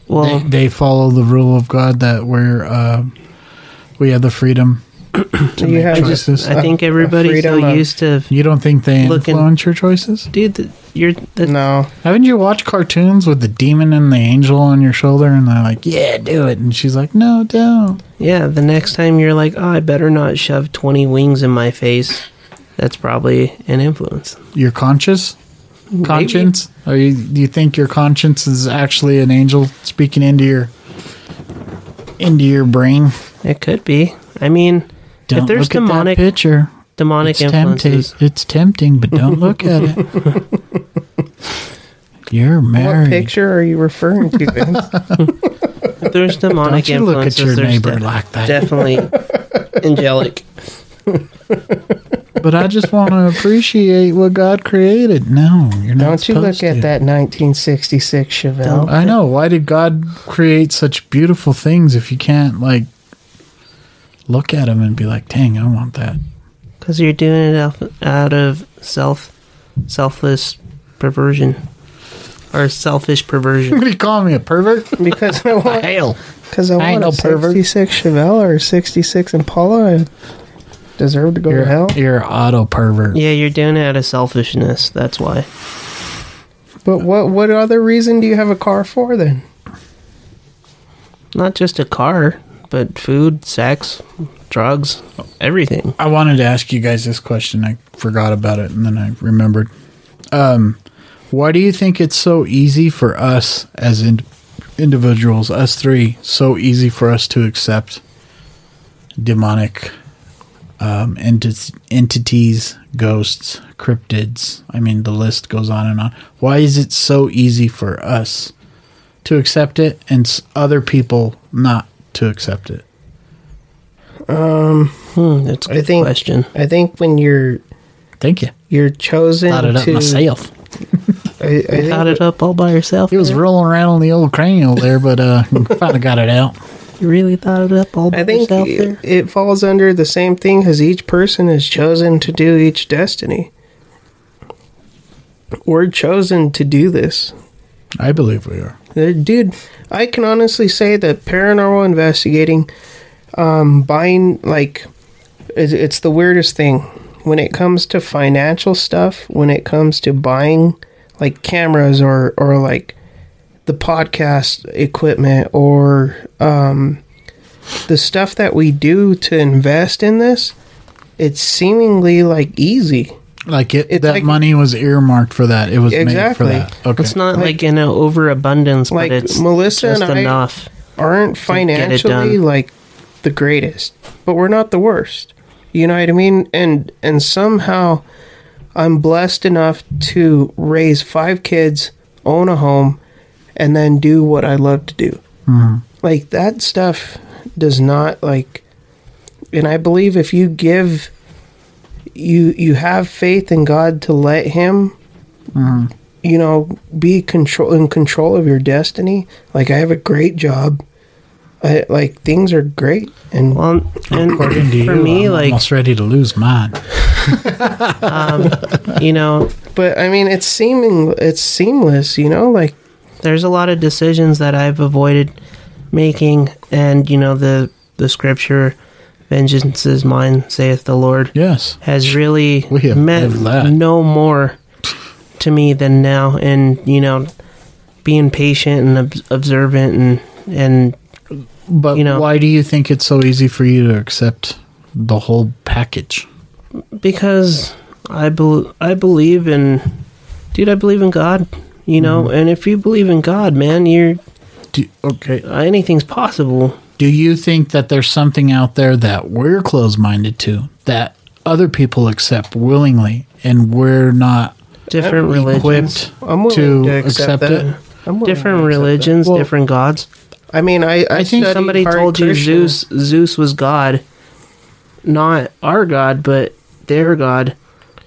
Well, They, they follow the rule of God that we're uh, we have the freedom. you make have- choices. This- I think everybody's so freedom of- used to You don't think they Looking- influence your choices? dude. The, you're the, no Haven't you watched cartoons with the demon and the angel on your shoulder, and they're like, "Yeah, do it," and she's like, "No, don't." yeah. The next time you're like, oh, I better not shove twenty wings in my face. That's probably an influence. Your conscience, conscience. Are you? Do you think your conscience is actually an angel speaking into your into your brain? It could be. I mean, Don't if there's look demonic at that picture. It's demonic tempting. influences, It's tempting, but don't look at it. You're married. What picture are you referring to, Vince? if there's demonic Don't you look at influences, your there's neighbor de- like that. definitely angelic. but I just want to appreciate what God created. No, you're not. Don't you look supposed at to. that 1966 Chevelle? I know. Why did God create such beautiful things if you can't like look at them and be like, "Dang, I want that." Because you're doing it out- out of self, selfless perversion, or selfish perversion. What do you call me a pervert? Because I want, Hail! because I I ain't want a no pervert. 66 Chevelle or a 66 Impala. I deserve to go You're to hell. You're auto pervert. yeah, you're doing it out of selfishness. That's why. But what what other reason do you have a car for then? not just a car, but food, sex, drugs, everything. I wanted to ask you guys this question. I forgot about it and then I remembered. Um, why do you think it's so easy for us as in- individuals, us three, so easy for us to accept demonic um, enti- entities, ghosts, cryptids? I mean, the list goes on and on. Why is it so easy for us to accept it and s- other people not to accept it? Um, Hmm, that's a I good think question. I think when you're Thank you. you're chosen Thought it up to myself. I, I think Got it up all by yourself. It was rolling around on the old cranial there, but uh, finally got it out. You really thought it up all by I think yourself there? it, it falls under the same thing as each person is chosen to do each destiny. We're chosen to do this. I believe we are. Uh, Dude, I can honestly say that paranormal investigating, um, buying, like, it- it's the weirdest thing. When it comes to financial stuff, when it comes to buying, like, cameras or, or like, the podcast equipment or um, the stuff that we do to invest in this, it's seemingly, like, easy. Like it, It's that like- money was earmarked for that. It was Exactly. made for that. Okay. It's not like, in an overabundance, like, but it's Melissa just and I- enough. aren't get it financially done. like the greatest, but we're not the worst. You know what I mean? And and somehow I'm blessed enough to raise five kids, own a home, and then do what I love to do. Like that stuff does not like and I believe if you give you you have faith in God to let him Mm-hmm. you know be control in control of your destiny like i have a great job I, like things are great and Well, and According to for you, me, I'm like almost ready to lose mine. you know, but i mean it's seeming it's seamless you know like there's a lot of decisions that I've avoided making, and you know the the scripture, "Vengeance is mine," saith the Lord, Yes. has really We have lived that. meant no more to me than now, and you know, being patient and ob- observant and and But You know- why do you think it's so easy for you to accept the whole package? because I bel I believe in, dude, I believe in God. You know, Mm-hmm. and if you believe in God, man, you're uh, Do, okay. anything's possible. Do you think that there's something out there that we're closed minded to that other people accept willingly and we're not Different religions, equipped i'm to, willing to, accept, accept, that it? I'm willing different to accept religions, Well, different gods. that. i mean i i, I think think Somebody told you Zeus Zeus was God, not our God, but their God.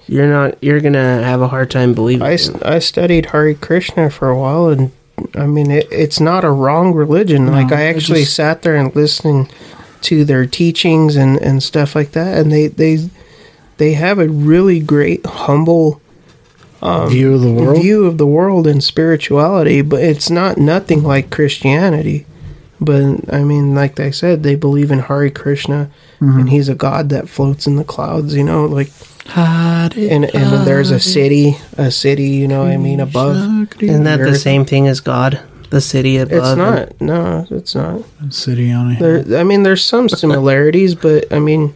You're not. You're gonna have a hard time believing. I, it. s- I studied Hare Krishna for a while, and I mean, it, it's not a wrong religion. like, I it actually just- sat there and listened to their teachings and, and stuff like that, and they, they they have a really great, humble View of the world? view of the world and spirituality, but it's not nothing like Christianity. But I mean, like I said, they believe in Hare Krishna, Mm-hmm. and he's a god that floats in the clouds. You know, like Ah, and and there's a city, a city. You know, what I mean, above. Isn't that the earth. same thing as God? The city above. It's and- not. No, it's not. City on a hill. There, I mean, there's some similarities, but I mean,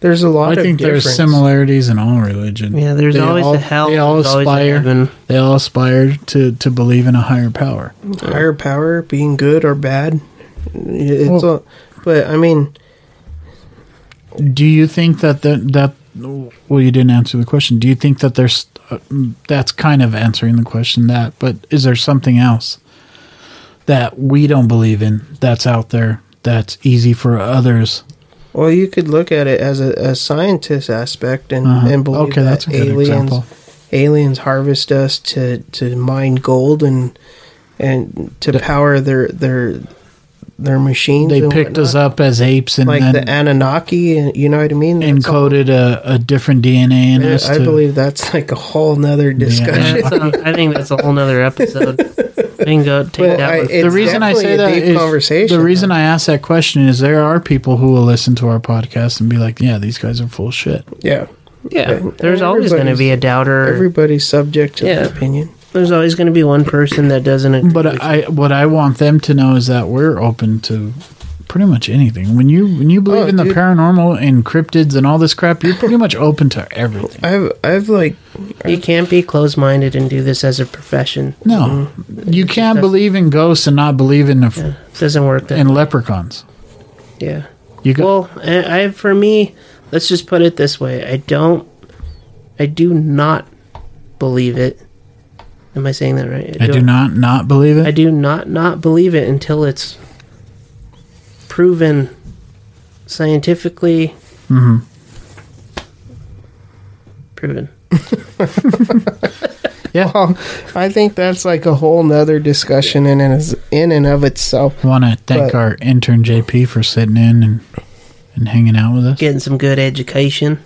there's a lot I of think there's difference. similarities in all religion. Yeah, there's They always all- a hell. They all there's always a aspire. heaven. They all aspire to to believe in a higher power. higher power being good or bad. It's Well- all, but I mean, Do you think that the, that well, you didn't answer the question. Do you think that there's uh, that's kind of answering the question that, but is there something else that we don't believe in that's out there that's easy for others? well, you could look at it as a, a scientist aspect and, Uh-huh. and believe Okay, that that's a good aliens example. aliens harvest us to to mine gold and and to power their their their machines. They and picked us whatnot. up as apes and like then the Anunnaki, and you know what I mean. That's all- encoded a, a different DNA in I, us. I to- believe that's like a whole nother discussion. That's a- I think that's a whole nother episode. We can go take But that I- one. it- the It's reason I definitely say a that deep is conversation, the reason I ask that question is there are people who will listen to our podcast and be like, "Yeah, these guys are full of shit." yeah, yeah, there's always going to be a doubter. everybody's subject to Yeah. their opinion. there's always going to be one person that doesn't. Agree But uh, I, what I want them to know is that we're open to pretty much anything. When you when you believe Oh, in the dude. paranormal and cryptids and all this crap, you're pretty much open to everything. I've I've like you can't be closed-minded and do this as a profession. No, you can't believe in ghosts and not believe in the, f It doesn't work that. in leprechauns. yeah. You got Well, I, I for me, let's just put it this way: I don't, I do not believe it. Am I saying that right? I do not not believe I it. do not not believe it until it's proven scientifically Mm-hmm. proven. Well, I think that's like a whole nother discussion in and is- in and of itself. Want to thank But- our intern JP for sitting in and and hanging out with us. Getting some good education.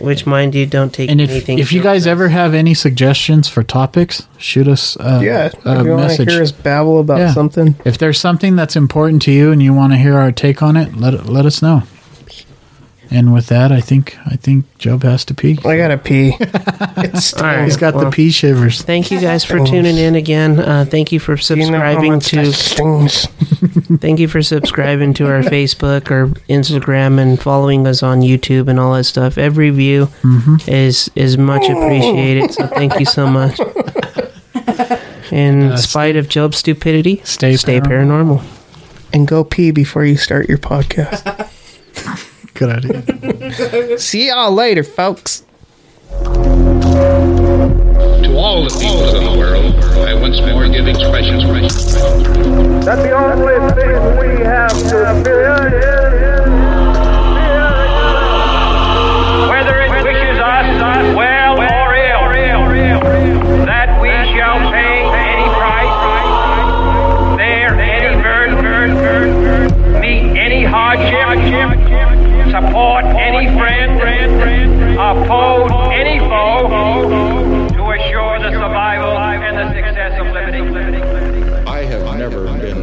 Which, mind you, don't take And if anything. if you from guys us. ever have any suggestions for topics, shoot us uh, a Yeah, if you want to message. hear us babble about Yeah. something, If there's something that's important to you and you want to hear our take on it, let let us know. And with that, I think I think Job has to pee. I gotta pee. it's All right. He's got well, the pee shivers. Thank you guys for tuning in again. Uh, thank you for subscribing to. things. Thank you for subscribing to our Facebook or Instagram and following us on YouTube and all that stuff. Every view is is much appreciated. So thank you so much. In spite of Job's stupidity, stay stay paranormal. paranormal. and go pee before you start your podcast. Good idea. See y'all later, folks. To all the peoples of the world, I once more give expression That's the only thing we have to fear is. whether it wishes us well or ill, that we shall pay any price, bear any burden, meet any hardship, support any friend, oppose any foe, to assure the survival and the success of liberty. I have never been